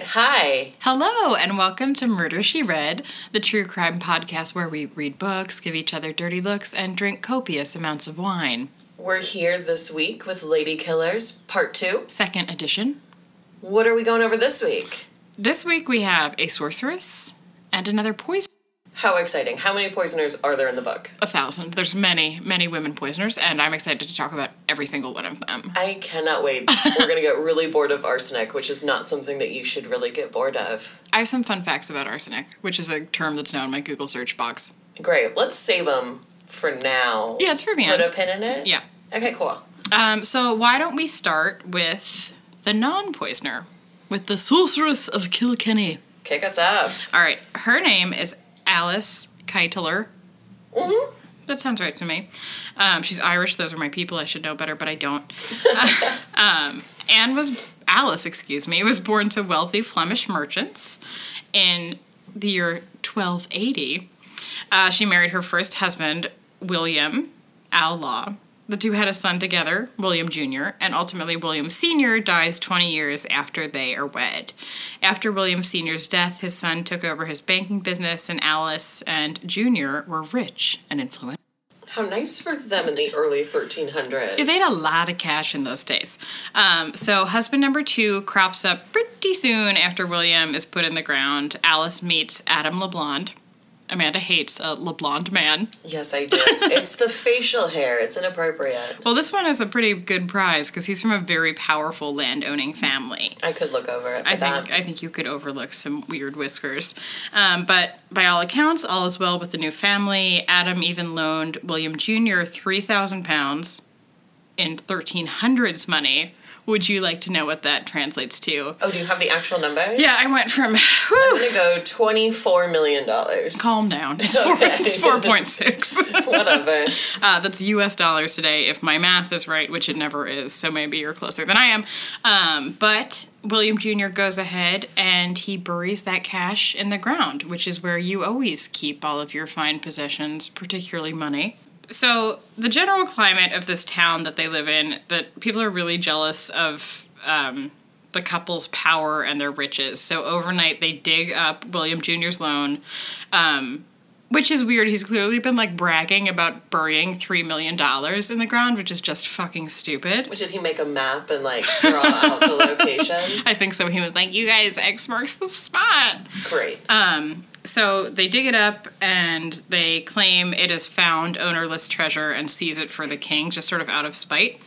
Hi. Hello, and welcome to Murder She Read, the true crime podcast where we read books, give each other dirty looks, and drink copious amounts of wine. We're here this week with Lady Killers Part 2. Second edition. What are we going over this week? This week we have a sorceress and another poison. How exciting. How many poisoners are there in the book? A thousand. There's many, many women poisoners, and I'm excited to talk about every single one of them. I cannot wait. We're going to get really bored of arsenic, which is not something that you should really get bored of. I have some fun facts about arsenic, which is a term that's now in my Google search box. Great. Let's save them for now. Yeah, it's for the Put a end. pin in it? Yeah. Okay, cool. Um, so why don't we start with the non-poisoner, with the sorceress of Kilkenny? Kick us up. All right, her name is Alice Keitler. hmm That sounds right to me. Um, she's Irish. Those are my people. I should know better, but I don't. um, Anne was Alice, excuse me, was born to wealthy Flemish merchants in the year 1280. Uh, she married her first husband, William Al Law. The two had a son together, William Jr., and ultimately William Sr. dies 20 years after they are wed. After William Sr.'s death, his son took over his banking business, and Alice and Jr. were rich and influential. How nice for them in the early 1300s. Yeah, they had a lot of cash in those days. Um, so husband number two crops up pretty soon after William is put in the ground. Alice meets Adam LeBlond. Amanda hates a LeBlond man. Yes, I do. it's the facial hair. It's inappropriate. Well, this one is a pretty good prize because he's from a very powerful landowning family. I could look over it for I that. think I think you could overlook some weird whiskers, um, but by all accounts, all is well with the new family. Adam even loaned William Jr. three thousand pounds in thirteen hundreds money. Would you like to know what that translates to? Oh, do you have the actual number? Yeah, I went from I'm whew, gonna go twenty-four million dollars. calm down. It's four. Okay. It's four point six. Whatever. Uh, that's U.S. dollars today, if my math is right, which it never is. So maybe you're closer than I am. Um, but William Jr. goes ahead and he buries that cash in the ground, which is where you always keep all of your fine possessions, particularly money. So the general climate of this town that they live in, that people are really jealous of. Um, the couple's power and their riches. So overnight, they dig up William Jr.'s loan, um, which is weird. He's clearly been like bragging about burying three million dollars in the ground, which is just fucking stupid. Did he make a map and like draw out the location? I think so. He was like, "You guys, X marks the spot." Great. Um, so they dig it up and they claim it is found ownerless treasure and seize it for the king, just sort of out of spite.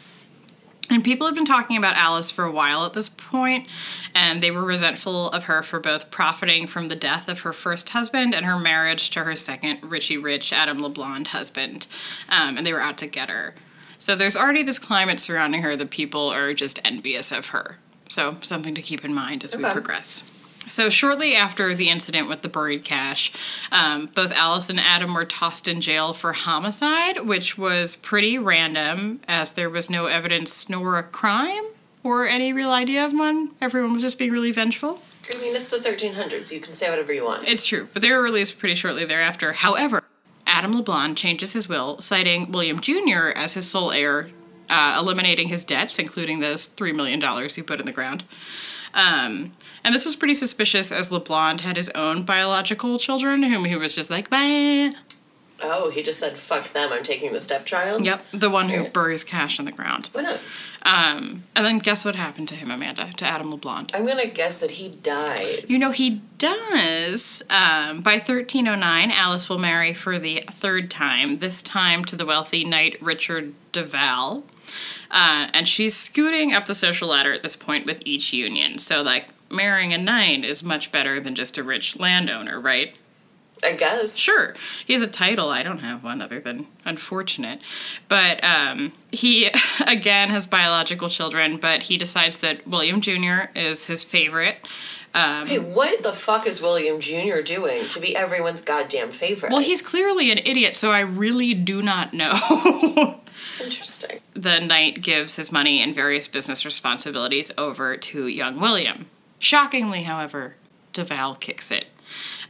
And people have been talking about Alice for a while at this point, and they were resentful of her for both profiting from the death of her first husband and her marriage to her second Richie Rich Adam LeBlond husband. Um, and they were out to get her. So there's already this climate surrounding her that people are just envious of her. So something to keep in mind as we Okay. progress. So shortly after the incident with the buried cash, um, both Alice and Adam were tossed in jail for homicide, which was pretty random as there was no evidence nor a crime or any real idea of one. Everyone was just being really vengeful. I mean, it's the 1300s. You can say whatever you want. It's true, but they were released pretty shortly thereafter. However, Adam LeBlanc changes his will, citing William Jr. as his sole heir, uh, eliminating his debts, including those $3 million he put in the ground. Um, and this was pretty suspicious as LeBlanc had his own biological children, whom he was just like, bye. Oh, he just said, "Fuck them. I'm taking the stepchild." Yep, the one who buries cash in the ground. Why not? Um, and then guess what happened to him, Amanda, to Adam LeBlanc? I'm gonna guess that he dies. You know, he does. Um, by 1309, Alice will marry for the third time, this time to the wealthy knight Richard de Val. Uh, and she's scooting up the social ladder at this point with each union. So, like, marrying a knight is much better than just a rich landowner, right? I guess. Sure. He has a title. I don't have one other than unfortunate. But um, he, again, has biological children, but he decides that William Jr. is his favorite. Hey, what the fuck is William Jr. doing to be everyone's goddamn favorite? Well, he's clearly an idiot, so I really do not know. interesting. the knight gives his money and various business responsibilities over to young William. Shockingly, however, Deval kicks it,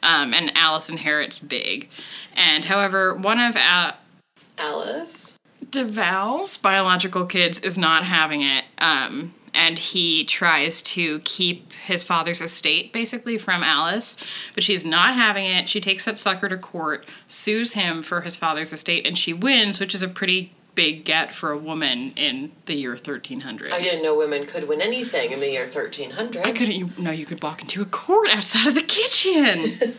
um, and Alice inherits big. And however, one of uh, Alice. DeVal's biological kids is not having it. Um, and he tries to keep his father's estate basically from Alice, but she's not having it. She takes that sucker to court, sues him for his father's estate, and she wins, which is a pretty big get for a woman in the year 1300. I didn't know women could win anything in the year 1300. I couldn't. You know, you could walk into a court outside of the kitchen.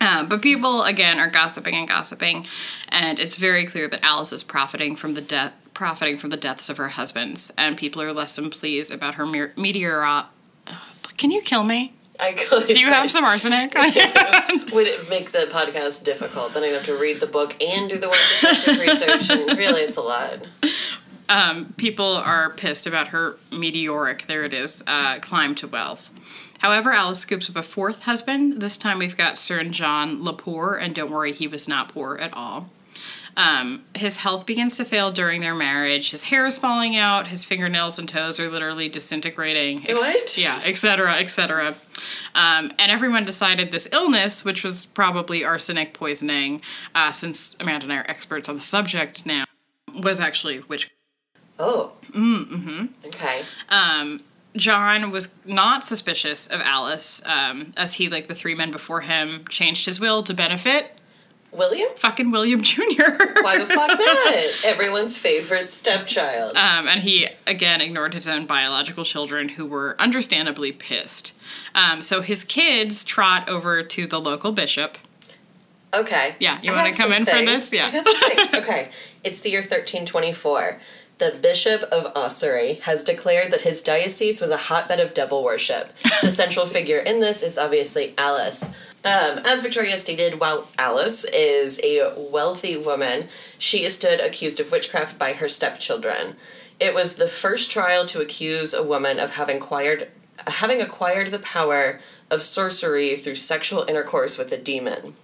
Uh, but people again are gossiping and gossiping, and it's very clear that Alice is profiting from the death, profiting from the deaths of her husbands, and people are less than pleased about her meteor. meteoro- Can you kill me? I could. Do you have some arsenic? on you? Would it make the podcast difficult? Then I'd have to read the book and do the work of research, and really, it's a lot. people are pissed about her meteoric, there it is, uh, climb to wealth. However, Alice scoops up a fourth husband. This time we've got Sir John Lapoor, and don't worry, he was not poor at all. Um, his health begins to fail during their marriage. His hair is falling out. His fingernails and toes are literally disintegrating. ex- What? yeah, et cetera, et cetera. Um, and everyone decided this illness, which was probably arsenic poisoning, uh, since Amanda and I are experts on the subject now, was actually witchcraft. Oh. Mm-hmm. Okay. um, John was not suspicious of Alice, um, as he, like the three men before him, changed his will to benefit William? fucking William Jr. Why the fuck not? Everyone's favorite stepchild. Um, and he again ignored his own biological children, who were understandably pissed. Um, so his kids trot over to the local bishop. Okay. Yeah, you I wanna have come some in for things. this? Yeah. I got some things. okay. It's the year 1324. The Bishop of Ossory has declared that his diocese was a hotbed of devil worship. The central figure in this is obviously Alice. Um, as Victoria stated, while Alice is a wealthy woman, she is stood accused of witchcraft by her stepchildren. It was the first trial to accuse a woman of having acquired having acquired the power of sorcery through sexual intercourse with a demon.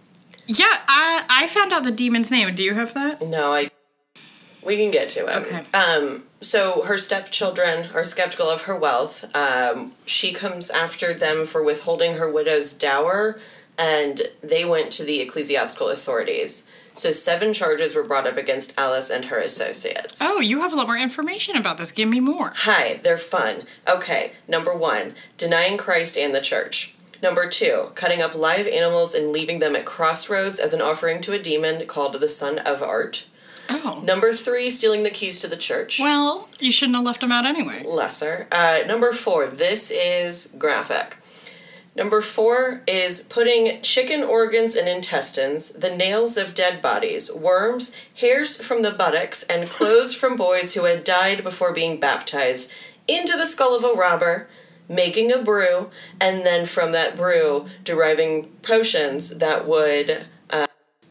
Yeah, I, I found out the demon's name. Do you have that? No, I. We can get to him. Okay. Um, so her stepchildren are skeptical of her wealth. Um, she comes after them for withholding her widow's dower, and they went to the ecclesiastical authorities. So seven charges were brought up against Alice and her associates. Oh, you have a lot more information about this. Give me more. Hi, they're fun. Okay, number one, denying Christ and the church. Number two, cutting up live animals and leaving them at crossroads as an offering to a demon called the Son of Art. Oh. Number three, stealing the keys to the church. Well, you shouldn't have left him out anyway. Lesser. Uh, number four, this is graphic. Number four is putting chicken organs and intestines, the nails of dead bodies, worms, hairs from the buttocks, and clothes from boys who had died before being baptized into the skull of a robber, making a brew, and then from that brew deriving potions that would uh,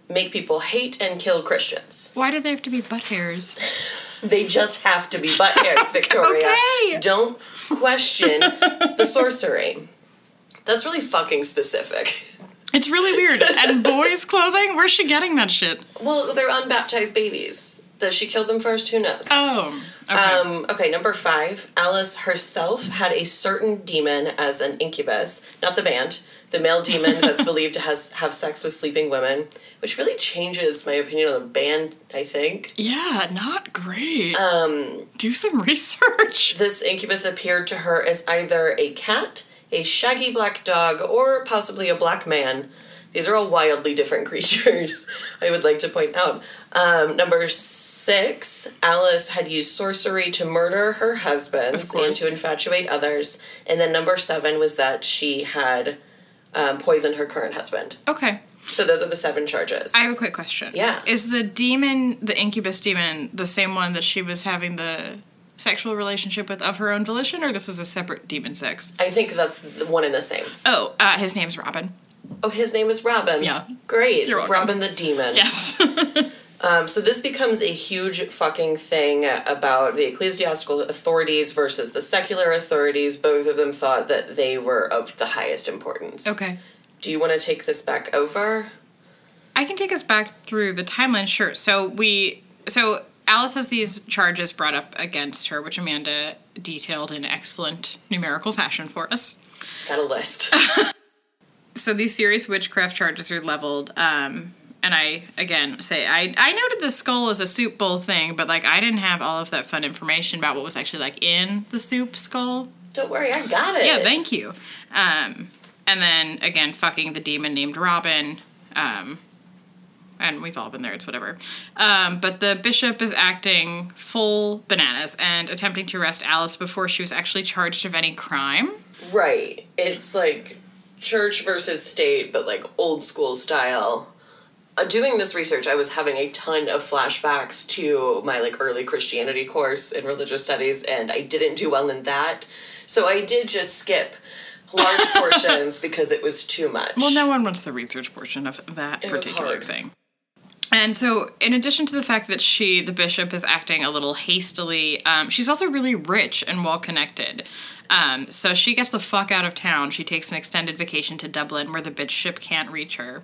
make people hate and kill Christians. Why did they have to be butt hairs? They just have to be butt hairs, Victoria. Okay. Don't question the sorcery. That's really fucking specific. It's really weird. And boys' clothing? Where's she getting that shit? Well, they're unbaptized babies. Does she kill them first? Who knows? Oh. Okay. Um, okay, number five. Alice herself had a certain demon as an incubus, not the band, the male demon that's believed to has have sex with sleeping women, which really changes my opinion on the band. I think. yeah, not great. Um do some research. This incubus appeared to her as either a cat, a shaggy black dog, or possibly a black man. These are all wildly different creatures, I would like to point out. Um, number six, Alice had used sorcery to murder her husbands and course. to infatuate others. And then number seven was that she had um, poisoned her current husband. Okay. So those are the seven charges. I have a quick question. Yeah. Is the demon, the incubus demon, the same one that she was having the sexual relationship with of her own volition, or this was a separate demon sex? I think that's the one and the same. Oh, uh, his name's Robin. Oh, his name is Robin. Yeah. Great. You're welcome. Robin the demon. Yes. Um, so this becomes a huge fucking thing about the ecclesiastical authorities versus the secular authorities. Both of them thought that they were of the highest importance. okay. Do you want to take this back over? I can take us back through the timeline. Sure. So we so Alice has these charges brought up against her, which Amanda detailed in excellent numerical fashion for us. Got a list. So these serious witchcraft charges are leveled um, and I again say I I noted the skull as a soup bowl thing, but like I didn't have all of that fun information about what was actually like in the soup skull. Don't worry, I got it. Yeah, thank you. Um, and then again, fucking the demon named Robin. Um, and we've all been there, it's whatever. Um, but the bishop is acting full bananas and attempting to arrest Alice before she was actually charged of any crime. Right. It's like church versus state, but like old school style. Uh, doing this research, I was having a ton of flashbacks to my like early Christianity course in religious studies, and I didn't do well in that. So I did just skip large portions because it was too much. Well, no one wants the research portion of that It was particular hard. thing. And so, in addition to the fact that she, the bishop, is acting a little hastily, um, she's also really rich and well connected. Um, so she gets the fuck out of town. She takes an extended vacation to Dublin, where the bishop can't reach her.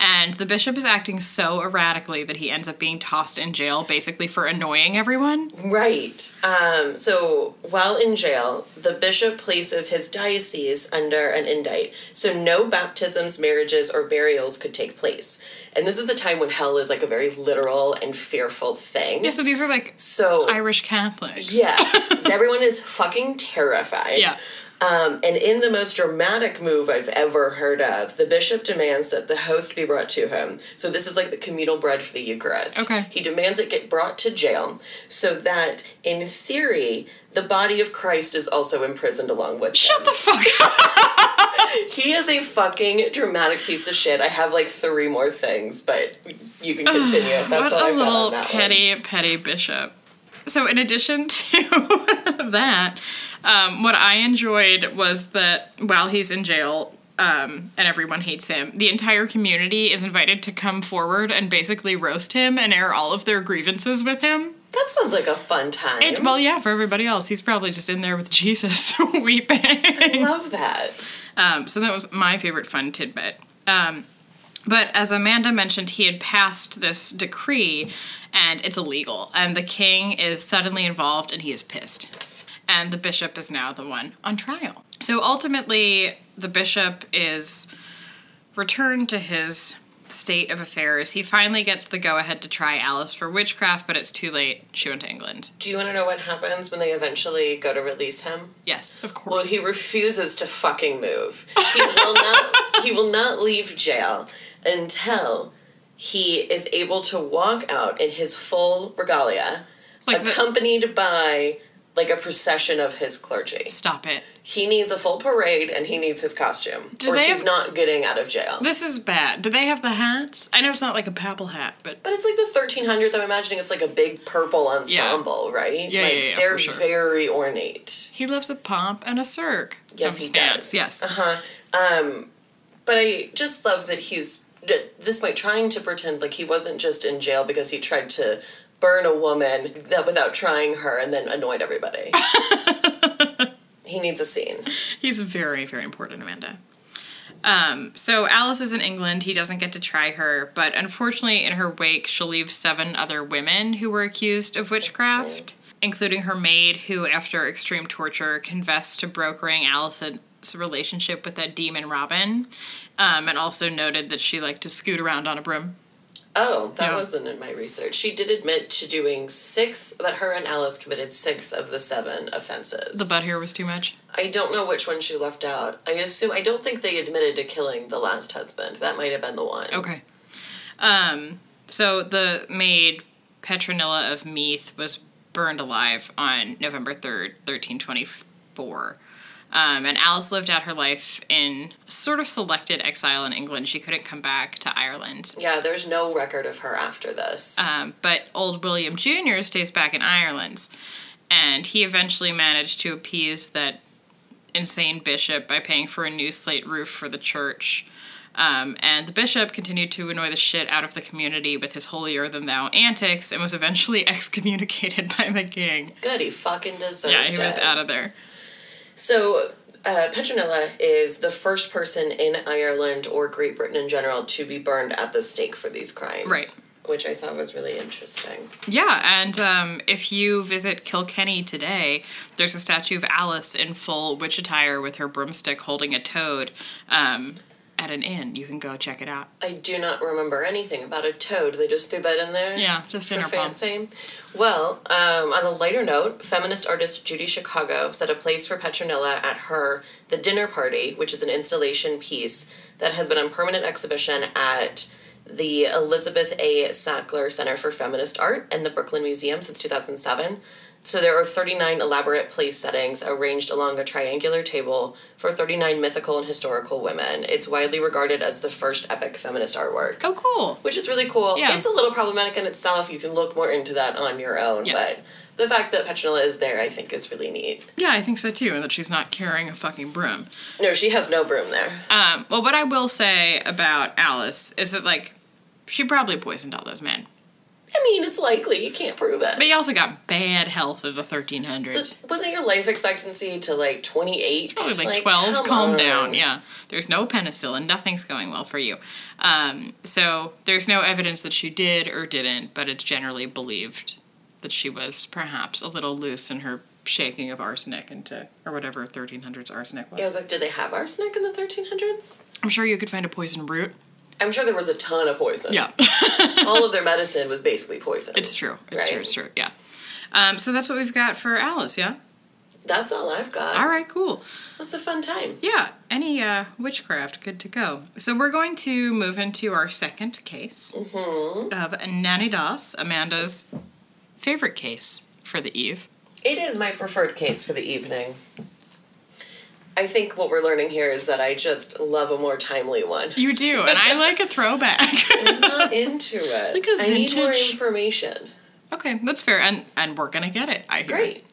And the bishop is acting so erratically that he ends up being tossed in jail, basically for annoying everyone. Right. Um, so while in jail, the bishop places his diocese under an indict. So no baptisms, marriages, or burials could take place. And this is a time when hell is like a very literal and fearful thing. Yeah, so these are like So Irish Catholics. yes, everyone is fucking terrified. Yeah. Um, and in the most dramatic move I've ever heard of, the bishop demands that the host be brought to him. So this is like the communal bread for the Eucharist. Okay. He demands it get brought to jail so that, in theory, the body of Christ is also imprisoned along with him. Shut the fuck up. He is a fucking dramatic piece of shit. I have like three more things, but you can continue. That's Ah, What all a I've got little on that one. petty, petty bishop. So, in addition to that, um, what I enjoyed was that while he's in jail um, and everyone hates him, the entire community is invited to come forward and basically roast him and air all of their grievances with him. That sounds like a fun time. And, well, yeah, for everybody else, he's probably just in there with Jesus weeping. I love that. Um, so that was my favorite fun tidbit. Um, but as Amanda mentioned, he had passed this decree and it's illegal. And the king is suddenly involved and he is pissed. And the bishop is now the one on trial. So ultimately, the bishop is returned to his state of affairs. He finally gets the go ahead to try Alice for witchcraft, but it's too late. She went to England. Do you want to know what happens when they eventually go to release him? Yes, of course. Well, he refuses to fucking move. He will not. he will not leave jail until he is able to walk out in his full regalia, Like the- accompanied by like a procession of his clergy. Stop it. He needs a full parade, and he needs his costume, Do or they he's have- not getting out of jail. This is bad. Do they have the hats? I know it's not like a papal hat, but But it's like the 1300s. I'm imagining it's like a big purple ensemble, right? Yeah, like, yeah, yeah, for They're sure. very ornate. He loves a pomp and a cirque. Yes, Of he stance, does. Yes. Uh huh. Um, but I just love that he's at this point trying to pretend like he wasn't just in jail because he tried to burn a woman that without trying her and then annoyed everybody. he needs a scene. He's very, very important, Amanda. Um, so Alice is in England. He doesn't get to try her, but unfortunately, in her wake, she'll leave seven other women who were accused of witchcraft, including her maid, who, after extreme torture, confessed to brokering Alice's relationship with that demon Robin, um, and also noted that she liked to scoot around on a broom. Oh, that Yeah. wasn't in my research. She did admit to doing six that her and Alice committed six of the seven offenses. The butt hair was too much. I don't know which one she left out. I assume I don't think they admitted to killing the last husband. That might have been the one. Okay. Um, so the maid Petronilla of Meath was burned alive on November 3rd, 1324. Um, and Alice lived out her life in sort of selected exile in England. She couldn't come back to Ireland. Yeah, there's no record of her after this. Um, but old William Jr. stays back in Ireland. And he eventually managed to appease that insane bishop by paying for a new slate roof for the church. Um, and the bishop continued to annoy the shit out of the community with his holier than thou antics and was eventually excommunicated by the king. Good, he fucking deserved Yeah, he it. was out of there. So, uh, Petronilla is the first person in Ireland or Great Britain in general to be burned at the stake for these crimes. Right. Which I thought was really interesting. Yeah, and um, if you visit Kilkenny today, there's a statue of Alice in full witch attire with her broomstick holding a toad. Um, at an inn. You can go check it out. I do not remember anything about a toad. They just threw that in there. Yeah, just for dinner plans. fancy. Well, um, on a lighter note, feminist artist Judy Chicago set a place for Petronilla at her The Dinner Party, which is an installation piece that has been on permanent exhibition at the Elizabeth A. Sackler Center for Feminist Art and the Brooklyn Museum since 2007. So there are 39 elaborate place settings arranged along a triangular table for 39 mythical and historical women. It's widely regarded as the first epic feminist artwork Oh, cool. which is really cool. Yeah. It's a little problematic in itself. You can look more into that on your own, Yes. but the fact that Petronilla is there, I think, is really neat. Yeah, I think so too, and that she's not carrying a fucking broom. No, she has no broom there. Um, well, what I will say about Alice is that, like, she probably poisoned all those men. I mean, it's likely. You can't prove But it. he also got bad health in the 1300s. Wasn't your life expectancy to like 28? Probably like, 12. Calm down. Yeah. There's no penicillin. Nothing's going well for you. Um, so there's no evidence that she did or didn't, but it's generally believed that she was perhaps a little loose in her shaking of arsenic into, or whatever 1300s arsenic was. I was like, did they have arsenic in the 1300s? I'm sure you could find a poison root. I'm sure there was a ton of poison. Yeah. All of their medicine was basically poison. It's true. It's Right. true. It's true. Yeah. Um, so that's what we've got for Alice. Yeah. That's all I've got. All right. Cool. That's a fun time. Yeah. Any uh, witchcraft, good to go. So we're going to move into our second case Hmm. of Nanny Doss, Amanda's favorite case for the eve. It is my preferred case for the evening. I think what we're learning here is that I just love a more timely one. You do, and I like a throwback. I'm not into it. Like a I need more vintage- information. okay, that's fair, and and we're gonna get it. I hear. Great.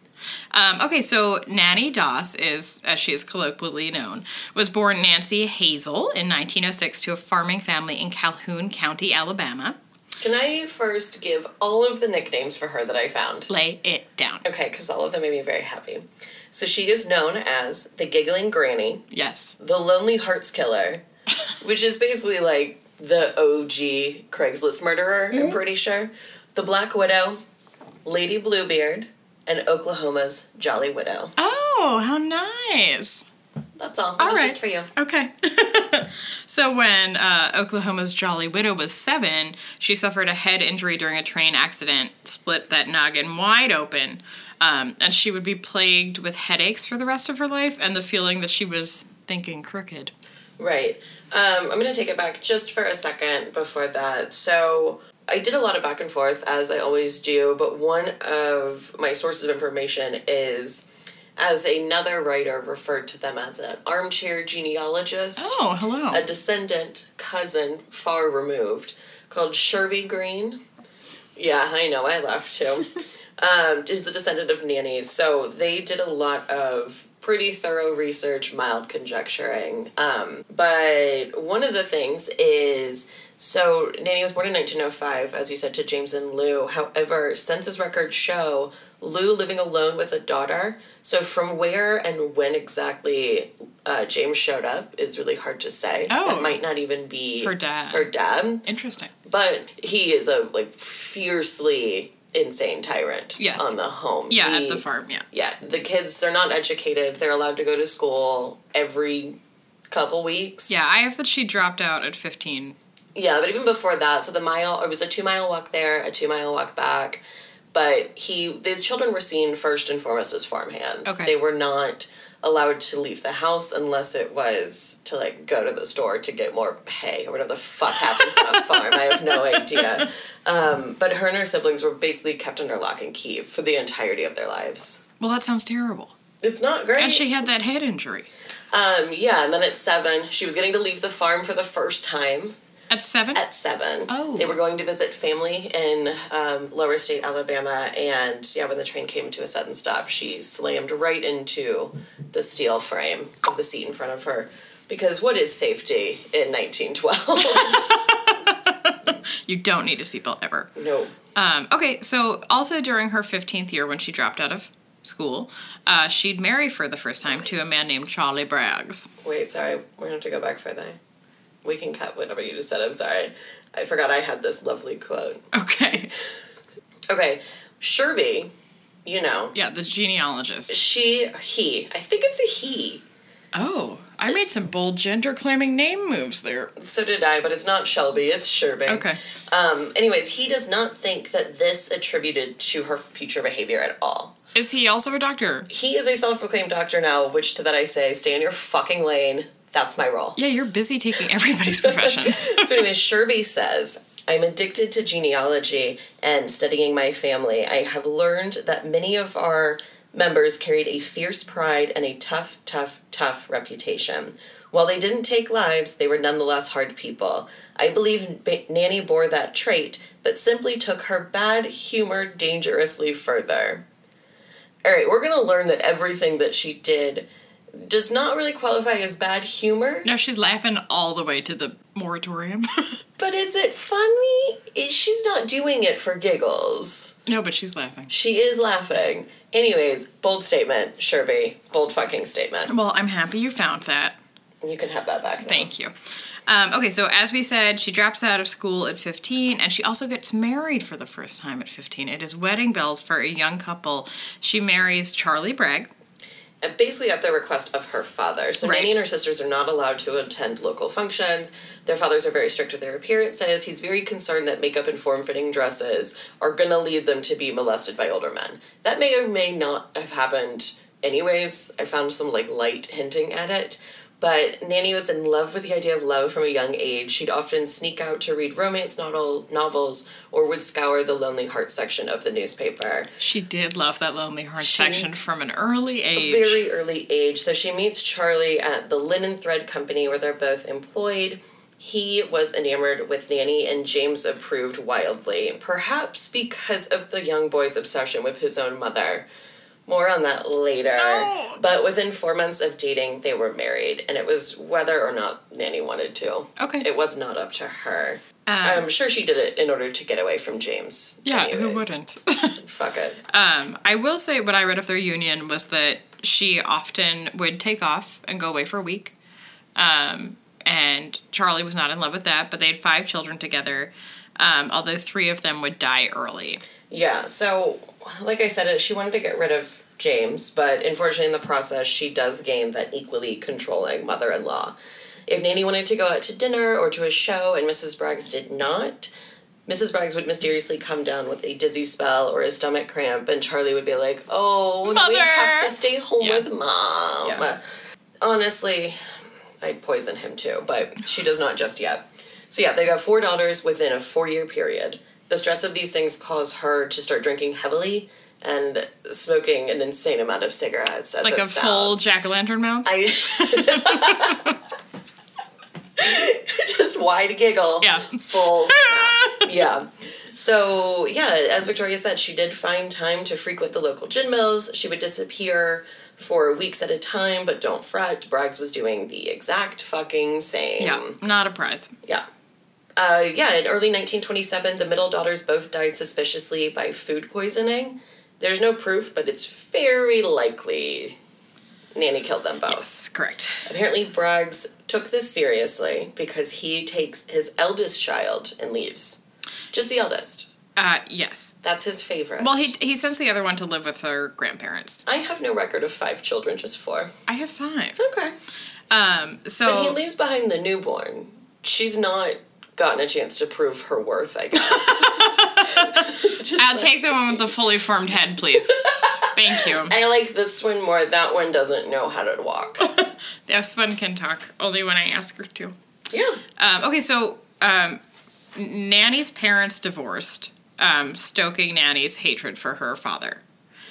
Um, okay, so Nanny Doss is, as she is colloquially known, was born Nancy Hazel in 1906 to a farming family in Calhoun County, Alabama. Can I first give all of the nicknames for her that I found? Lay it down. Okay, because all of them made me very happy. So she is known as the Giggling Granny, Yes. the Lonely Hearts Killer, which is basically like the OG Craigslist murderer, I'm pretty sure, the Black Widow, Lady Bluebeard, and Oklahoma's Jolly Widow. Oh, how nice. That's all. All That's right. just for you. Okay. so when uh, Oklahoma's Jolly Widow was seven, she suffered a head injury during a train accident, split that noggin wide open, um, and she would be plagued with headaches for the rest of her life and the feeling that she was thinking crooked. Right. Um, I'm going to take it back just for a second before that. So I did a lot of back and forth, as I always do, but one of my sources of information is as another writer referred to them as an armchair genealogist, Oh, hello. a descendant, cousin, far removed, called Sherby Green. Yeah, I know, I laughed too. um, is the descendant of nannies. So they did a lot of pretty thorough research, mild conjecturing. Um, but one of the things is so Nanny was born in 1905, as you said, to James and Lou. However, census records show Lou living alone with a daughter. So from where and when exactly uh, James showed up is really hard to say. Oh. That might not even be Her dad. Her dad Interesting. but he is a like fiercely insane tyrant Yes. on the home Yeah, He- at the farm, yeah. yeah the kids they're not educated they're allowed to go to school every couple weeks Yeah, I have that she dropped out at 15. yeah but even before that so the mile it was a two mile walk there a two mile walk back but he the children were seen first and foremost as farmhands Okay. they were not allowed to leave the house unless it was to like go to the store to get more hay or whatever the fuck happens on a farm i have no idea um, but her and her siblings were basically kept under lock and key for the entirety of their lives Well, that sounds terrible. it's not great And she had that head injury. um, yeah and then at seven she was getting to leave the farm for the first time At seven? at seven. Oh. They were going to visit family in um, Lower State, Alabama, and yeah, when the train came to a sudden stop, she slammed right into the steel frame of the seat in front of her. Because what is safety in 1912? you don't need a seatbelt ever. no. Um, okay, so also during her 15th year when she dropped out of school, uh, she'd marry for the first time to a man named Charlie Braggs. Wait, sorry. We're going to have to go back further. We can cut whatever you just said. I'm sorry. I forgot I had this lovely quote. Okay. Okay. Sherby, you know, Yeah, the genealogist. she, he, I think it's a he. Oh, I made some bold gender claiming name moves there. So did I, but it's not Shelby, it's Sherbing. Okay. Um, anyways, he does not think that this attributed to her future behavior at all. Is he also a doctor? He is a self proclaimed doctor now, of which to that I say, stay in your fucking lane. That's my role. Yeah, you're busy taking everybody's professions. so anyway, Sherby says, I'm addicted to genealogy and studying my family. I have learned that many of our members carried a fierce pride and a tough, tough, tough reputation. While they didn't take lives, they were nonetheless hard people. I believe ba- Nanny bore that trait, but simply took her bad humor dangerously further. All right, we're going to learn that everything that she did does not really qualify as bad humor. No, she's laughing all the way to the moratorium. But is it funny? Is- She's not doing it for giggles. no, but she's laughing. She is laughing. Anyways, bold statement, Sherby. Bold fucking statement. Well, I'm happy you found that. You can have that back. now. Thank you. Um, okay, so as we said, she drops out of school at 15, and she also gets married for the first time at 15. It is wedding bells for a young couple. She marries Charlie Bragg. And basically at the request of her father. So Right. Nanny and her sisters are not allowed to attend local functions. Their fathers are very strict with their appearances. He's very concerned that makeup and form-fitting dresses are gonna lead them to be molested by older men. That may or may not have happened anyways. I found some like light hinting at it. But Nanny was in love with the idea of love from a young age. She'd often sneak out to read romance novel- novels or would scour the Lonely Hearts section of the newspaper. She did love that Lonely Heart section from an early age. very early age. So she meets Charlie at the Linen Thread Company where they're both employed. He was enamored with Nanny, and James approved wildly, perhaps because of the young boy's obsession with his own mother. More on that later. No. But within four months of dating, they were married, and it was whether or not Nanny wanted to. Okay. It was not up to her. Um, I'm sure she did it in order to get away from James. yeah, who anyways. wouldn't? Fuck it. Um, I will say what I read of their union was that she often would take off and go away for a week. Um, and Charlie was not in love with that, but they had five children together, um, although three of them would die early. Yeah, so like I said, she wanted to get rid of James, but unfortunately, in the process, she does gain that equally controlling mother in law. If Nanny wanted to go out to dinner or to a show and Mrs. Braggs did not, Mrs. Braggs would mysteriously come down with a dizzy spell or a stomach cramp, and Charlie would be like, Oh, we Mother!" have to stay home Yeah. with mom. Yeah. Honestly, I'd poison him too, but she does not just yet. So yeah, they got four daughters within a four-year period. The stress of these things caused her to start drinking heavily and smoking an insane amount of cigarettes. As Like it a full sounds. jack o' lantern mouth. I just wide giggle. Yeah. Full. yeah. So yeah, as Victoria said, she did find time to frequent the local gin mills. She would disappear for weeks at a time, but don't fret, Braggs was doing the exact fucking same. yeah, not a prize. Yeah. Uh, yeah, in early 1927, the middle daughters both died suspiciously by food poisoning. There's no proof, but it's very likely Nanny killed them both. Yes, correct. Apparently, Braggs took this seriously because he takes his eldest child and leaves. Just the eldest. Uh, yes. That's his favorite. Well, he, he sends the other one to live with her grandparents. I have no record of five children, just four. I have five. Okay. Um, so But he leaves behind the newborn. She's not gotten a chance to prove her worth, I guess. I'll take the one with the fully formed head, please. Thank you. I like this one more. That one doesn't know how to walk. This one can talk only when I ask her to. yeah. Um, okay, so um, Nanny's parents divorced, um, stoking Nanny's hatred for her father.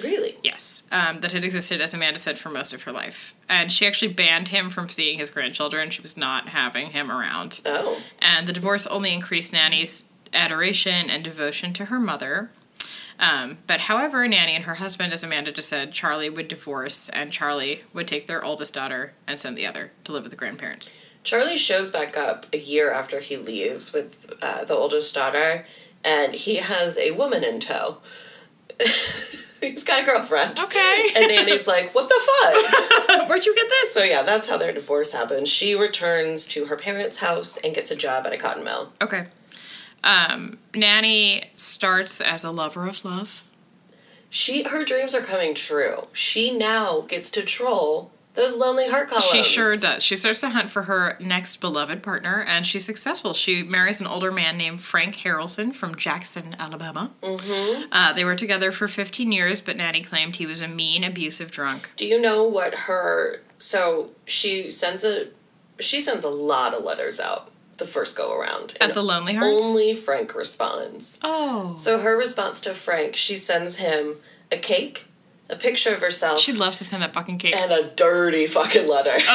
Really? Yes, um, that had existed, as Amanda said, for most of her life. And she actually banned him from seeing his grandchildren. She was not having him around. Oh. And the divorce only increased Nanny's adoration and devotion to her mother. Um, but however, Nanny and her husband, as Amanda just said, Charlie would divorce, and Charlie would take their oldest daughter and send the other to live with the grandparents. Charlie shows back up a year after he leaves with uh, the oldest daughter, and he has a woman in tow. He's got a girlfriend. Okay. And Nanny's like, what the fuck? Where'd you get this? so, yeah, that's how their divorce happens. She returns to her parents' house and gets a job at a cotton mill. Okay. Um, Nanny starts as a lover of love. She Her dreams are coming true. She now gets to troll the those lonely heart columns. She sure does. She starts to hunt for her next beloved partner, and she's successful. She marries an older man named Frank Harrelson from Jackson, Alabama. Mm-hmm. Uh, they were together for 15 years, but Natty claimed he was a mean, abusive drunk. Do you know what her? So she sends a, she sends a lot of letters out the first go around. At the Lonely Hearts? Only Frank responds. Oh. So her response to Frank, she sends him a cake, a picture of herself, She'd love to send that fucking cake. and a dirty fucking letter.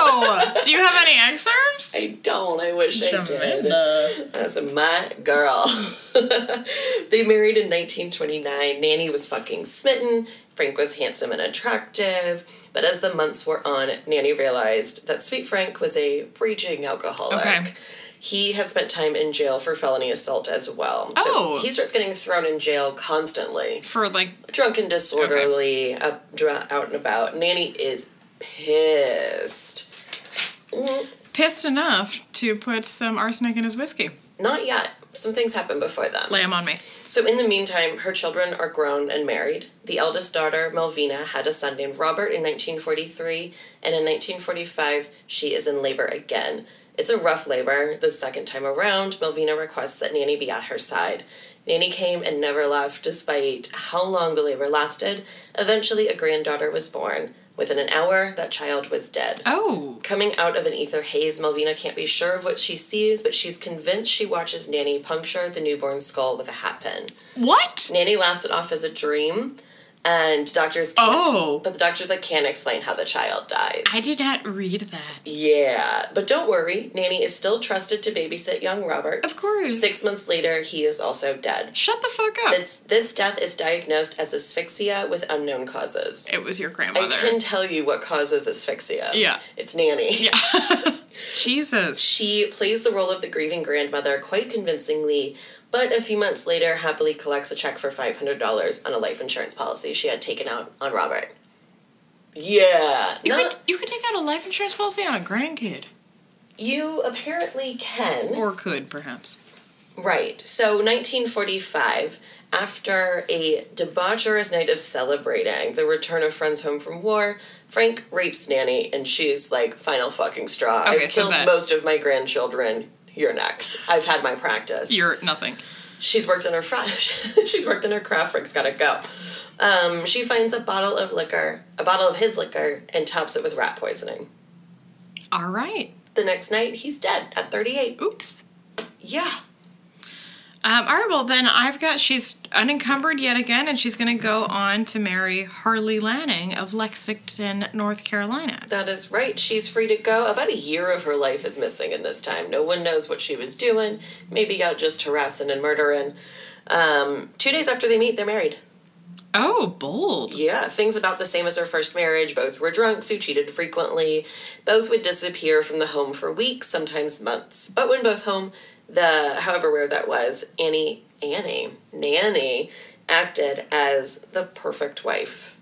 Oh! Do you have any excerpts? I don't. I wish I did. Jamila. That's my girl. they married in 1929. Nanny was fucking smitten. Frank was handsome and attractive. But as the months wore on, Nanny realized that sweet Frank was a raging alcoholic. Okay. He had spent time in jail for felony assault as well. Oh. So he starts getting thrown in jail constantly. For like, Drunk and disorderly, up, dra- out and about. Nanny is pissed. pissed enough to put some arsenic in his whiskey. Not yet. Some things happened before that. Lay 'em on me. So, in the meantime, her children are grown and married. The eldest daughter, Melvina, had a son named Robert in 1943, and in 1945, she is in labor again. It's a rough labor. The second time around, Melvina requests that Nanny be at her side. Nanny came and never left, despite how long the labor lasted. Eventually, a granddaughter was born. Within an hour, that child was dead. Oh. Coming out of an ether haze, Melvina can't be sure of what she sees, but she's convinced she watches Nanny puncture the newborn skull with a hat pin. What? Nanny laughs it off as a dream, and doctors can't, Oh. but the doctors like can't explain how the child dies. I did not read that. yeah, but don't worry, Nanny is still trusted to babysit young Robert. Of course. Six months later, he is also dead. Shut the fuck up. This, this death is diagnosed as asphyxia with unknown causes. it was your I grandmother. can tell you what causes asphyxia. Yeah. it's Nanny. Yeah. Jesus. She plays the role of the grieving grandmother quite convincingly, but a few months later happily collects a check for $500 on a life insurance policy she had taken out on Robert. Yeah. You not- could, you could take out a life insurance policy on a grandkid. you apparently can. Or could, perhaps. Right. So 1945, after a debaucherous night of celebrating the return of friends home from war, Frank rapes Nanny and she's like, final fucking straw. Okay, I've so killed that- most of my grandchildren. You're next. I've had my practice. You're nothing. She's worked in her fra- she's worked in her craft. Rick's gotta go. Um, she finds a bottle of liquor, a bottle of his liquor, and tops it with rat poisoning. All right. The next night, he's dead at 38. Oops. Yeah. Um, all right, well, then I've got she's unencumbered yet again, and she's going to go on to marry Harley Lanning of Lexington, North Carolina. That is right. She's free to go. About a year of her life is missing in this time. No one knows what she was doing. Maybe out just harassing and murdering. Um, two days after they meet, they're married. Oh, bold. Yeah, things about the same as her first marriage. Both were drunks who cheated frequently. Both would disappear from the home for weeks, sometimes months. But when both home, the however where that was, Annie, Annie, Nanny acted as the perfect wife,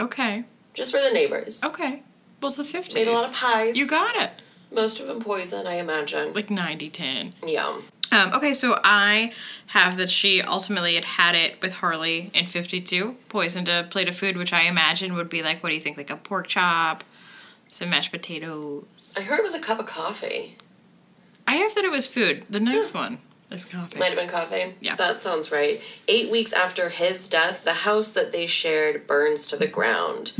Okay. just for the neighbors. Okay. Well, it's the 50s. Made a lot of pies. You got it. Most of them poison, I imagine. Like 90 10. Yeah. Um, okay, so I have that she ultimately had had it with Harley in 52, poisoned a plate of food, which I imagine would be like, what do you think, like a pork chop, some mashed potatoes. I heard it was a cup of coffee. I have that it was food. The next one is coffee. Might have been coffee. Yeah. That sounds right. Eight weeks after his death, the house that they shared burns to the ground.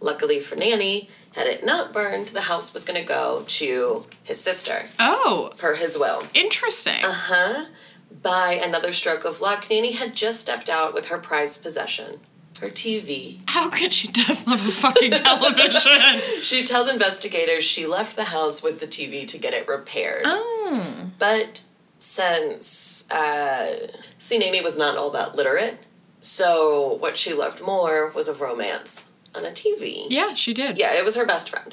Luckily for Nanny, had it not burned, the house was going to go to his sister, oh, per his will. interesting. Uh huh. By another stroke of luck, Nanny had just stepped out with her prized possession. Her TV. How could she does love a fucking television? She tells investigators she left the house with the TV to get it repaired. oh, But since uh, see, Nanny was not all that literate, so what she loved more was a romance on a TV. yeah, she did. Yeah, it was her best friend,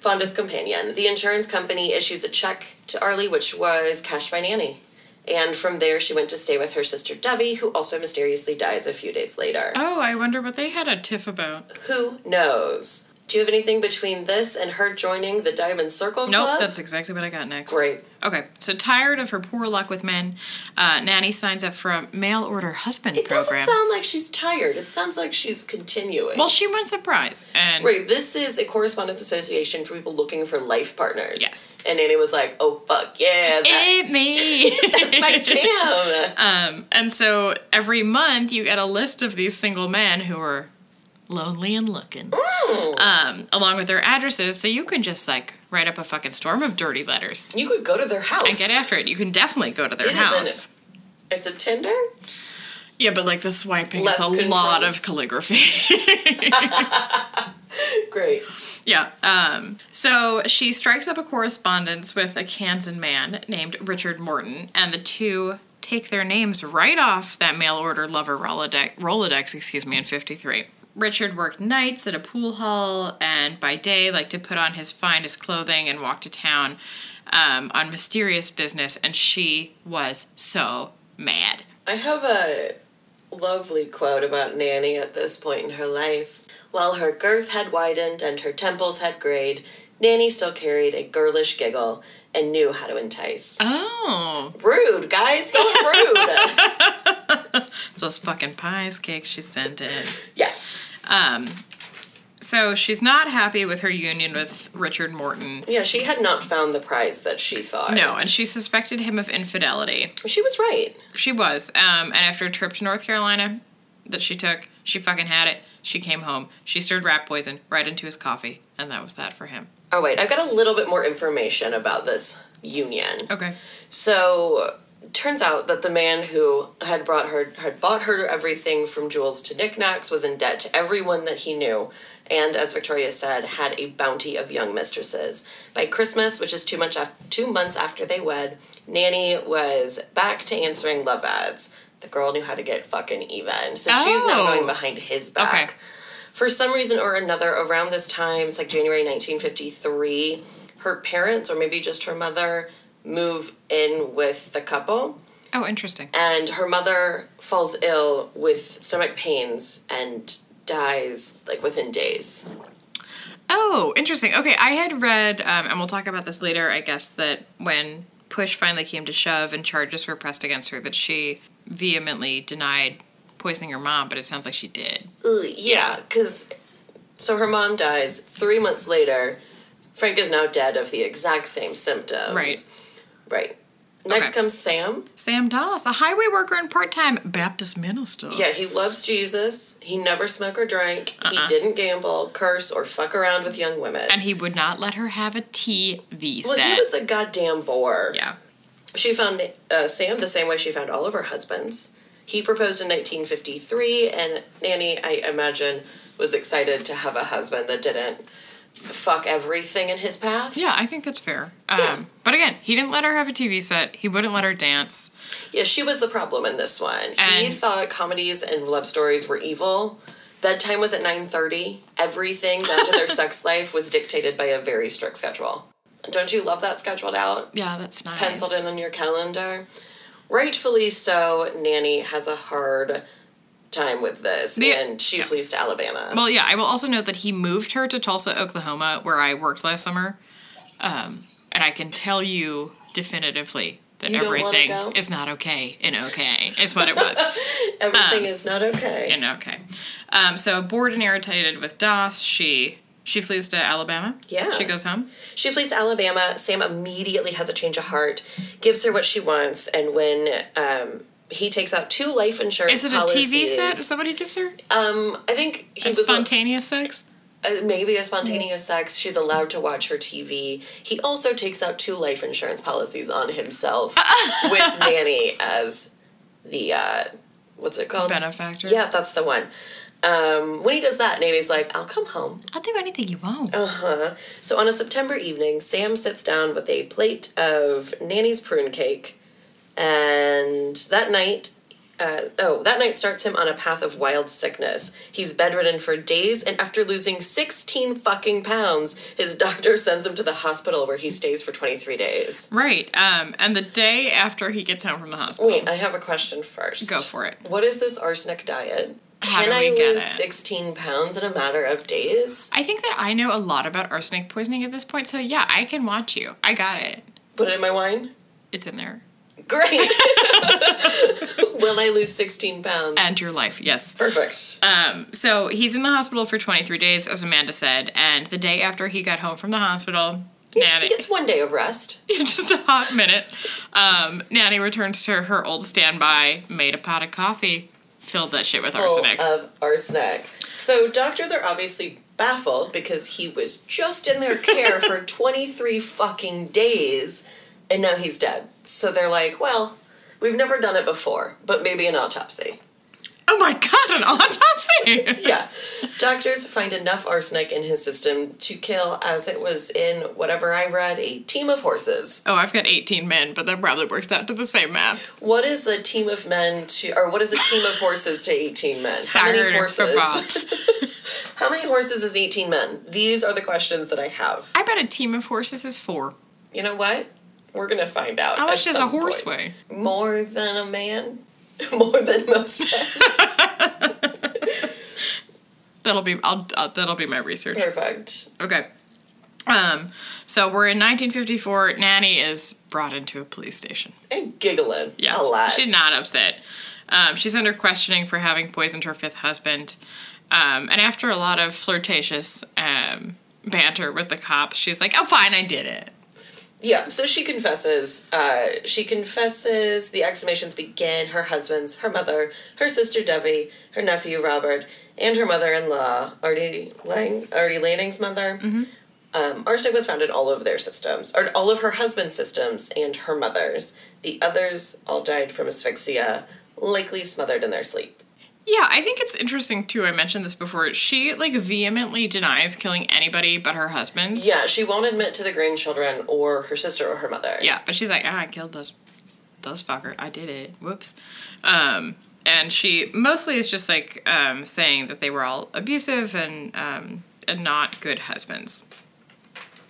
fondest companion. The insurance company issues a check to Arlie, which was cashed by Nanny. And from there, she went to stay with her sister Devi, who also mysteriously dies a few days later. Oh, I wonder what they had a tiff about. Who knows? Do you have anything between this and her joining the Diamond Circle Nope, Club? that's exactly what I got next. Great. Okay, so tired of her poor luck with men, uh, Nanny signs up for a mail order husband It program. doesn't sound like she's tired. It sounds like she's continuing. well, she won surprise, and Right, this is a correspondence association for people looking for life partners. Yes. And Nanny was like, oh, fuck, yeah, that, it me. that's my jam. Um, and so every month you get a list of these single men who are lonely and looking, Hmm. um, along with their addresses. So you can just like write up a fucking storm of dirty letters you could go to their house. and get after it. You can definitely go to their It is house. an- It's a Tinder? Yeah, but like the swiping Less is a lot controls. of calligraphy. Great. yeah. Um, so she strikes up a correspondence with a Kansan man named Richard Morton, and the two take their names right off that mail order lover Rolodex, Rolodex excuse me, in 53. Richard worked nights at a pool hall and by day liked to put on his finest clothing and walk to town um, on mysterious business, and she was so mad. I have a lovely quote about Nanny at this point in her life. While her girth had widened and her temples had grayed, Nanny still carried a girlish giggle and knew how to entice. Oh. Rude, guys, y'all are rude. It's those fucking pies cakes she sent in. yeah. Um, so she's not happy with her union with Richard Morton. Yeah, she had not found the prize that she thought. No, and she suspected him of infidelity. She was right. She was. Um, and after a trip to North Carolina that she took, she fucking had it. She came home. She stirred rat poison right into his coffee, and that was that for him. Oh, wait, I've got a little bit more information about this union. Okay. So turns out that the man who had brought her had bought her everything from jewels to knickknacks was in debt to everyone that he knew and as victoria said had a bounty of young mistresses by christmas which is two, much af- two months after they wed nanny was back to answering love ads the girl knew how to get fucking even so she's now Oh. going behind his back Okay. for some reason or another, around this time, it's like January 1953, her parents, or maybe just her mother, move in with the couple. Oh, interesting. And her mother falls ill with stomach pains and dies like within days. Oh, interesting. Okay, I had read, um, and we'll talk about this later, I guess, that when push finally came to shove and charges were pressed against her, that she vehemently denied poisoning her mom, but it sounds like she did. Ugh, yeah, because so her mom dies. Three months later, Frank is now dead of the exact same symptoms. Right. Right. Next Okay. comes Sam. Sam Dallas, a highway worker and part time Baptist minister. Yeah, he loves Jesus. He never smoked or drank. He didn't gamble, curse, or fuck around with young women. Uh-uh. And he would not let her have a TV well, set. he was a goddamn bore. yeah. She found uh, Sam the same way she found all of her husbands. He proposed in 1953, and Nanny, I imagine, was excited to have a husband that didn't fuck everything in his path. Yeah, I think that's fair. Um, But again, he didn't let her have a TV set. He wouldn't let her dance. Yeah, she was the problem in this one. he And- thought comedies and love stories were evil. Bedtime was at 9:30. Everything down to their sex life was dictated by a very strict schedule. Don't you love that scheduled out? Yeah, that's nice. Penciled in on your calendar. Rightfully so, Nanny has a hard time with this The- and she flees to Alabama. Well, yeah, I will also note that he moved her to Tulsa, Oklahoma, where I worked last summer. Um, and I can tell you definitively that You don't wanna everything go? is not okay in okay, is what it was. Everything um, is not okay. in okay. Um, so bored and irritated with DOS, she she flees to Alabama. Yeah. She goes home. She flees to Alabama. Sam immediately has a change of heart, gives her what she wants, and when um, he takes out two life insurance Is it a policies, TV set? Is that what he gives her? Um, I think he And was spontaneous sex? uh, maybe a spontaneous sex. She's allowed to watch her TV. He also takes out two life insurance policies on himself with Nanny as the uh, what's it called? Benefactor? Yeah, that's the one. Um, when he does that, Nanny's like, "I'll come home." I'll do anything you want. Uh-huh. So on a September evening, Sam sits down with a plate of Nanny's prune cake, and that night, uh, oh, that night starts him on a path of wild sickness. He's bedridden for days, and after losing 16 fucking pounds, his doctor sends him to the hospital where he stays for 23 days. Right. Um, and the day after he gets home from the hospital. Wait, I have a question first. Go for it. What is this arsenic diet? How Can do we I get lose it? 16 pounds in a matter of days? I think that I know a lot about arsenic poisoning at this point, so yeah, I can watch you. I got it. Put it in my wine? It's in there. Great! Will I lose 16 pounds? And your life, yes. Perfect. Um, so he's in the hospital for 23 days, as Amanda said, and the day after he got home from the hospital, she Nanny, gets one day of rest. just a hot minute, um, Nanny returns to her old standby, made a pot of coffee, filled that shit with full arsenic. of arsenic. So doctors are obviously baffled because he was just in their care for 23 fucking days and now he's dead. So they're like, well, we've never done it before, but maybe an autopsy. oh my god, an autopsy! Yeah. doctors find enough arsenic in his system to kill, as it was in whatever I read, a team of horses. oh, I've got 18 men, but that probably works out to the same math. What is a team of men to, or what is a team of horses to 18 men? How Soccer many and football. horses? How many horses is 18 men? These are the questions that I have. I bet a team of horses is four. You know what? We're gonna find out. How at much does a some horse point. weigh? More than a man. More than most men. That'll be I'll, I'll that'll be my research. Perfect. Okay. Um, so we're in 1954. Nanny is brought into a police station. And giggling. A lot. She's not upset. Um, she's under questioning for having poisoned her fifth husband. Um, and after a lot of flirtatious um, banter with the cops, she's like, "Oh, fine, I did it." yeah. So she confesses. Uh, she confesses. The exhumations begin. Her husband's, her mother, her sister Debbie, her nephew Robert, and her mother-in-law Artie Lang, Artie Lanning's mother. Mm-hmm. Um, arsenic was found in all of their systems, or all of her husband's systems and her mother's. The others all died from asphyxia, likely smothered in their sleep. Yeah, I think it's interesting too. I mentioned this before. She like vehemently denies killing anybody but her husband. Yeah, she won't admit to the grandchildren or her sister or her mother. Yeah, but she's like, ah, I killed those, those fucker. I did it. Whoops. Um, and she mostly is just like um, saying that they were all abusive and um, and not good husbands.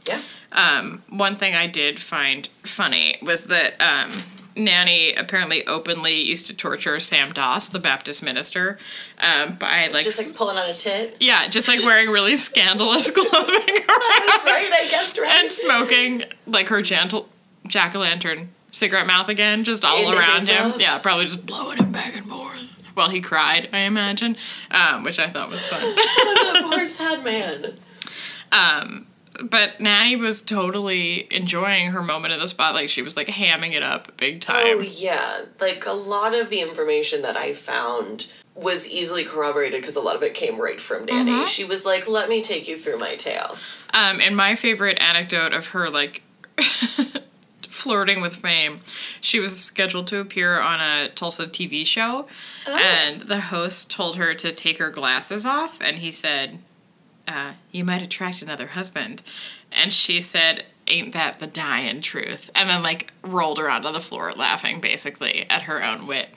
Yeah. Um, one thing I did find funny was that um, Nanny apparently openly used to torture Sam Doss, the Baptist minister, um, by like, Just like pulling on a tit. yeah, just like wearing really scandalous clothing around That's right, I guessed right. and smoking like her gentle jack o' lantern cigarette mouth again, just all Into around his him. mouth? Yeah, probably just blowing him back and forth. Well, he cried, I imagine, um, which I thought was fun. the poor sad man. but Nanny was totally enjoying her moment in the spot. Like she was like hamming it up big time. Oh yeah, like a lot of the information that I found was easily corroborated because a lot of it came right from Nanny. Mm-hmm. She was like, "Let me take you through my tale." Um, and my favorite anecdote of her like flirting with fame, she was scheduled to appear on a Tulsa TV show, and the host told her to take her glasses off, and he said, uh, "You might attract another husband," and she said. Ain't that the dying truth? And then, like, rolled around on the floor laughing basically at her own wit.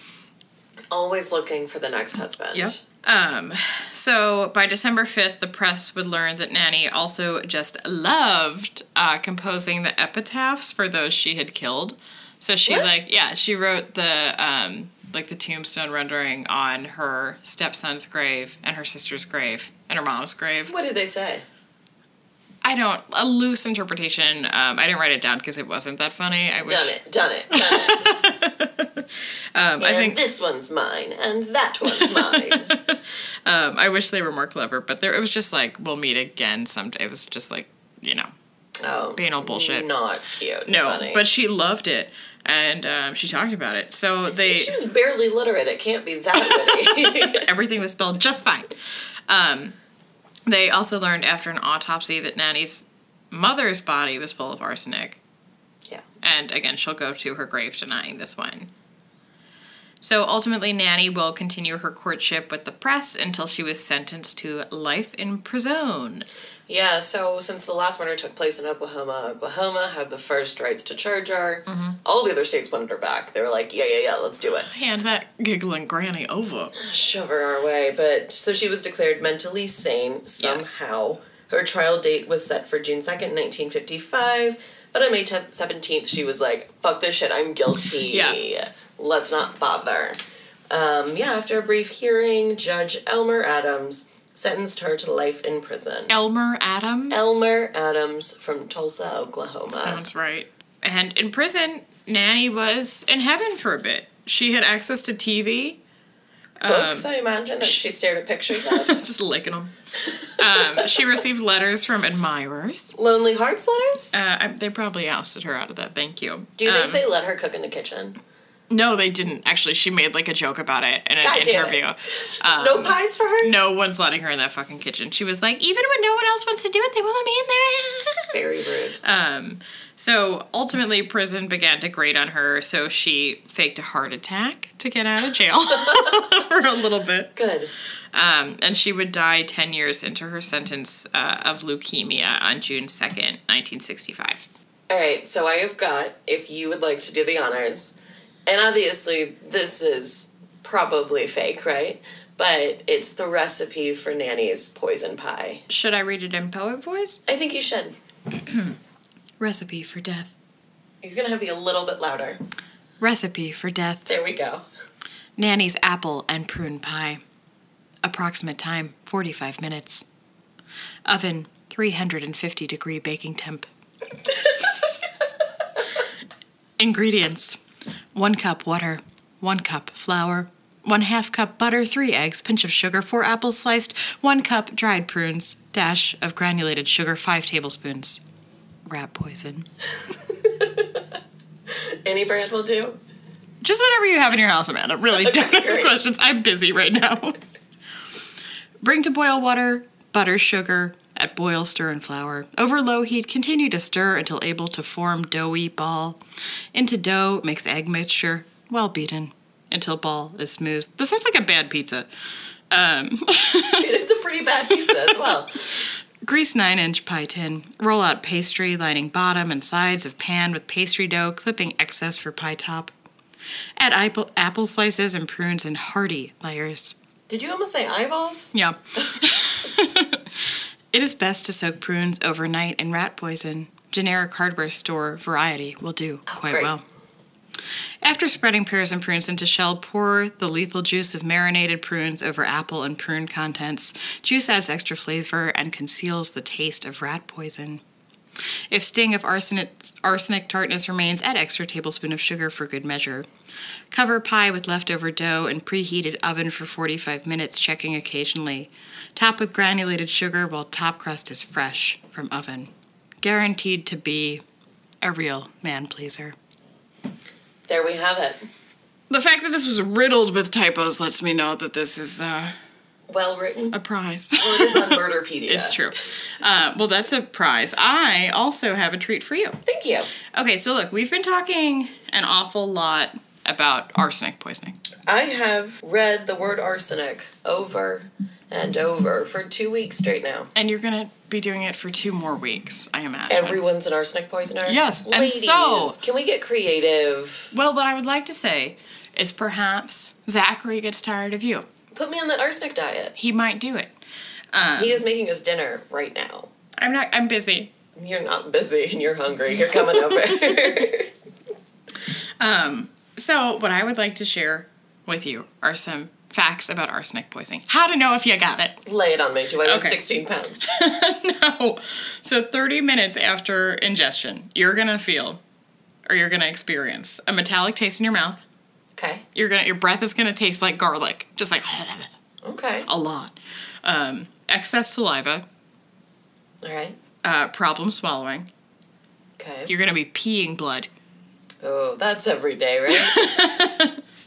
Always looking for the next husband. Yep. Um, so by December 5th, the press would learn that Nanny also just loved uh, composing the epitaphs for those she had killed. So she What? like yeah, she wrote the um like the tombstone rendering on her stepson's grave and her sister's grave and her mom's grave. What did they say? I don't a loose interpretation. Um, I didn't write it down because it wasn't that funny. I wish, Done it. Done it. Done it. Um, I and think this one's mine, and that one's mine. um, I wish they were more clever, but there it was just like we'll meet again someday. It was just like you know Oh, Banal bullshit. Not cute. No, funny. but she loved it, and um, she talked about it. So they She was barely literate. It can't be that witty. everything was spelled just fine. Um, they also learned after an autopsy that Nanny's mother's body was full of arsenic, yeah. and again, she'll go to her grave denying this one. So ultimately, Nanny will continue her courtship with the press until she was sentenced to life in prison. Yeah, so since the last murder took place in Oklahoma, Oklahoma had the first rights to charge her. Mm-hmm. All the other states wanted her back. They were like, yeah, yeah, yeah, let's do it. Hand that giggling granny over. Shove her our way. But so she was declared mentally sane Yes. somehow. Her trial date was set for June 2nd, 1955. But on May 10th, 17th, she was like, fuck this shit, I'm guilty. Yeah. Let's not bother. Um, yeah, after a brief hearing, Judge Elmer Adams sentenced her to life in prison. Elmer Adams. Elmer Adams from Tulsa, Oklahoma. Sounds right. And in prison, Nanny was in heaven for a bit. She had access to TV, Books, um, I imagine, that she stared at pictures of. just licking them. Um, she received letters from admirers. Lonely Hearts letters? Uh, I, they probably ousted her out of that. Thank you. Do you Um, think they let her cook in the kitchen? No, they didn't. Actually, she made like a joke about it in an God damn it. interview. Um, no pies for her? no one's letting her in that fucking kitchen. She was like, even when no one else wants to do it, they won't let me in there. Very rude. Um, so ultimately, prison began to grate on her, so she faked a heart attack to get out of jail for a little bit. Good. Um, and she would die 10 years into her sentence uh, of leukemia on June 2nd, 1965. All right, so I have got, if you would like to do the honors, and obviously this is probably fake, right? But it's the recipe for Nanny's poison pie. Should I read it in poet voice? I think you should. Recipe for death. You're gonna have to be a little bit louder. Recipe for death. There we go. Nanny's apple and prune pie. Approximate time 45 minutes. Oven 350 degree baking temp. Ingredients 1 cup water, 1 cup flour, 1 half cup butter, 3 eggs, pinch of sugar, 4 apples sliced, 1 cup dried prunes, dash of granulated sugar, 5 tablespoons. Rat poison. Any brand will do. Just whatever you have in your house, Amanda. Really, don't ask great. questions. I'm busy right now. Bring to boil water, butter, sugar. At boil, stir in flour. Over low heat, continue to stir until able to form doughy ball. Into dough, mix egg mixture, well beaten, until ball is smooth. This sounds like a bad pizza. Um, It is a pretty bad pizza as well. Grease 9 inch pie tin. Roll out pastry, lining bottom and sides of pan with pastry dough, clipping excess for pie top. Add apple, apple slices and prunes in hearty layers. Did you almost say eyeballs? Yeah. it is best to soak prunes overnight in rat poison. Generic hardware store variety will do quite great. well. After spreading pears and prunes into shell, pour the lethal juice of marinated prunes over apple and prune contents. Juice adds extra flavor and conceals the taste of rat poison. If sting of arsenic, arsenic tartness remains, add extra tablespoon of sugar for good measure. Cover pie with leftover dough and preheated oven for 45 minutes, checking occasionally. Top with granulated sugar while top crust is fresh from oven. Guaranteed to be a real man pleaser. There we have it. The fact that this was riddled with typos lets me know that this is uh, Well written. a prize. Well, it is on Murderpedia. it's true. Uh, well, that's a prize. I also have a treat for you. Thank you. Okay, so look, we've been talking an awful lot about arsenic poisoning. I have read the word arsenic over and over for two weeks straight now. And you're going to be doing it for two more weeks, I imagine. Everyone's an arsenic poisoner. Yes, and Ladies, so- can we get creative? Well, what I would like to say is perhaps Zachary gets tired of you. Put me on that arsenic diet. He might do it. Uh. He is making us dinner right now. I'm not, I'm busy. You're not busy and you're hungry. You're coming over. So, what I would like to share with you are some facts about arsenic poisoning. How to know if you got it. Lay it on me. Do I weigh Okay. 16 pounds? no. So 30 minutes after ingestion, you're going to feel or you're going to experience a metallic taste in your mouth. Okay. You're going to your breath is going to taste like garlic, just like Okay. a lot. Um, excess saliva, All right. uh, problem swallowing. Okay. You're going to be peeing blood. Oh, that's every day, right?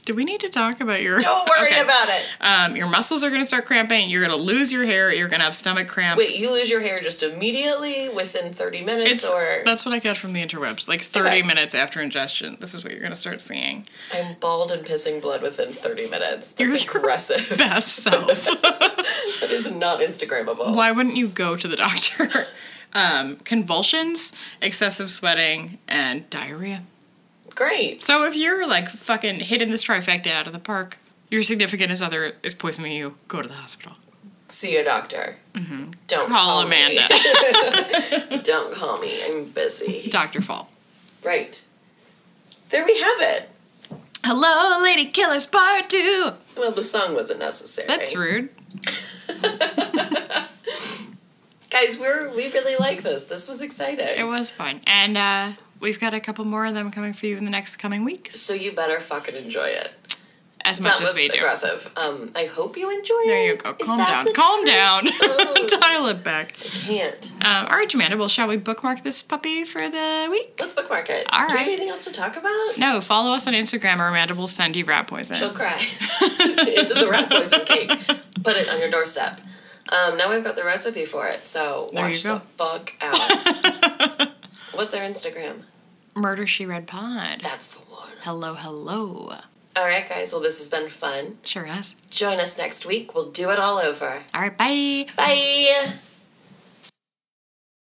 Do we need to talk about your Don't worry Okay. about it. um, your muscles are going to start cramping, you're going to lose your hair, you're going to have stomach cramps. Wait, you lose your hair just immediately within 30 minutes, It's- uh, or that's what I got from the interwebs. Like 30 Okay. minutes after ingestion, this is what you're going to start seeing. I'm bald and pissing blood within 30 minutes. That's You're- aggressive. Best self. that is not Instagrammable. Why wouldn't you go to the doctor? um, convulsions, excessive sweating, and diarrhea. Great. So if you're like fucking hitting this trifecta out of the park, your significant other is poisoning you, go to the hospital. See a doctor. Don't Mm-hmm. Call call, Amanda. Me. Don't call me. I'm busy. Dr. Fall. Right. There we have it. Hello, Lady Killers Part 2. Well, the song wasn't necessary. That's rude. Guys, we're we really like this. This was It exciting. was fun. And uh, we've got a couple more of them coming for you in the next coming weeks. So you better fucking enjoy it. As much That as was we do. aggressive. Um, I hope you enjoy it. There you go. Is Calm that down. the Calm truth? down. Ugh. Dial it back. Can't. Um, all right, Amanda. Well, shall we bookmark this puppy for the week? Let's bookmark it. All Do we right. have anything else to talk about? No, follow us on Instagram or Amanda will send you rat poison. She'll cry into the rat poison cake. Put it on your doorstep. Um, now we've got the recipe for it, so There you watch go. the fuck out. What's our Instagram? Murder She Read Pod. That's the one. Hello, hello. All right, guys. Well, this has been fun. Sure has. Join us next week. We'll do it all over. All right, bye. Bye.